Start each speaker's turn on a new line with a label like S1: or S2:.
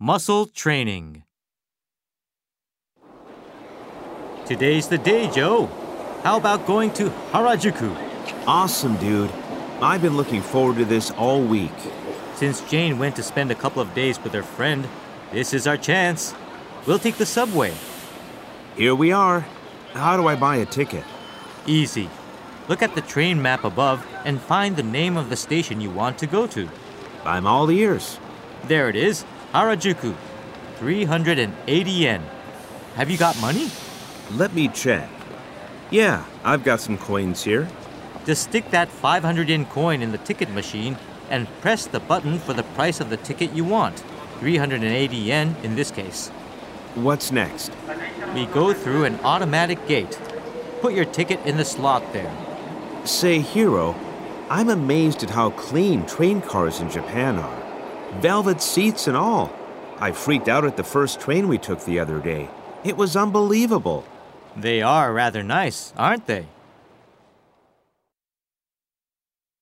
S1: Muscle training. Today's the day, Joe. How about going to Harajuku?
S2: Awesome, dude. I've been looking forward to this all week.
S1: Since Jane went to spend a couple of days with her friend, this is our chance. We'll take the subway.
S2: Here we are. How do I buy a ticket?
S1: Easy. Look at the train map above and find the name of the station you want to go to.
S2: I'm all ears.
S1: There it is Harajuku. 380 yen. Have you got money?
S2: Let me check. Yeah, I've got some coins here.
S1: Just stick that 500 yen coin in the ticket machine and press the button for the price of the ticket you want 380 yen in this case.
S2: What's next?
S1: We go through an automatic gate. Put your ticket in the slot there.
S2: Say, hero, I'm amazed at how clean train cars in Japan are. Velvet seats and all. I freaked out at the first train we took the other day. It was unbelievable.
S1: They are rather nice, aren't they?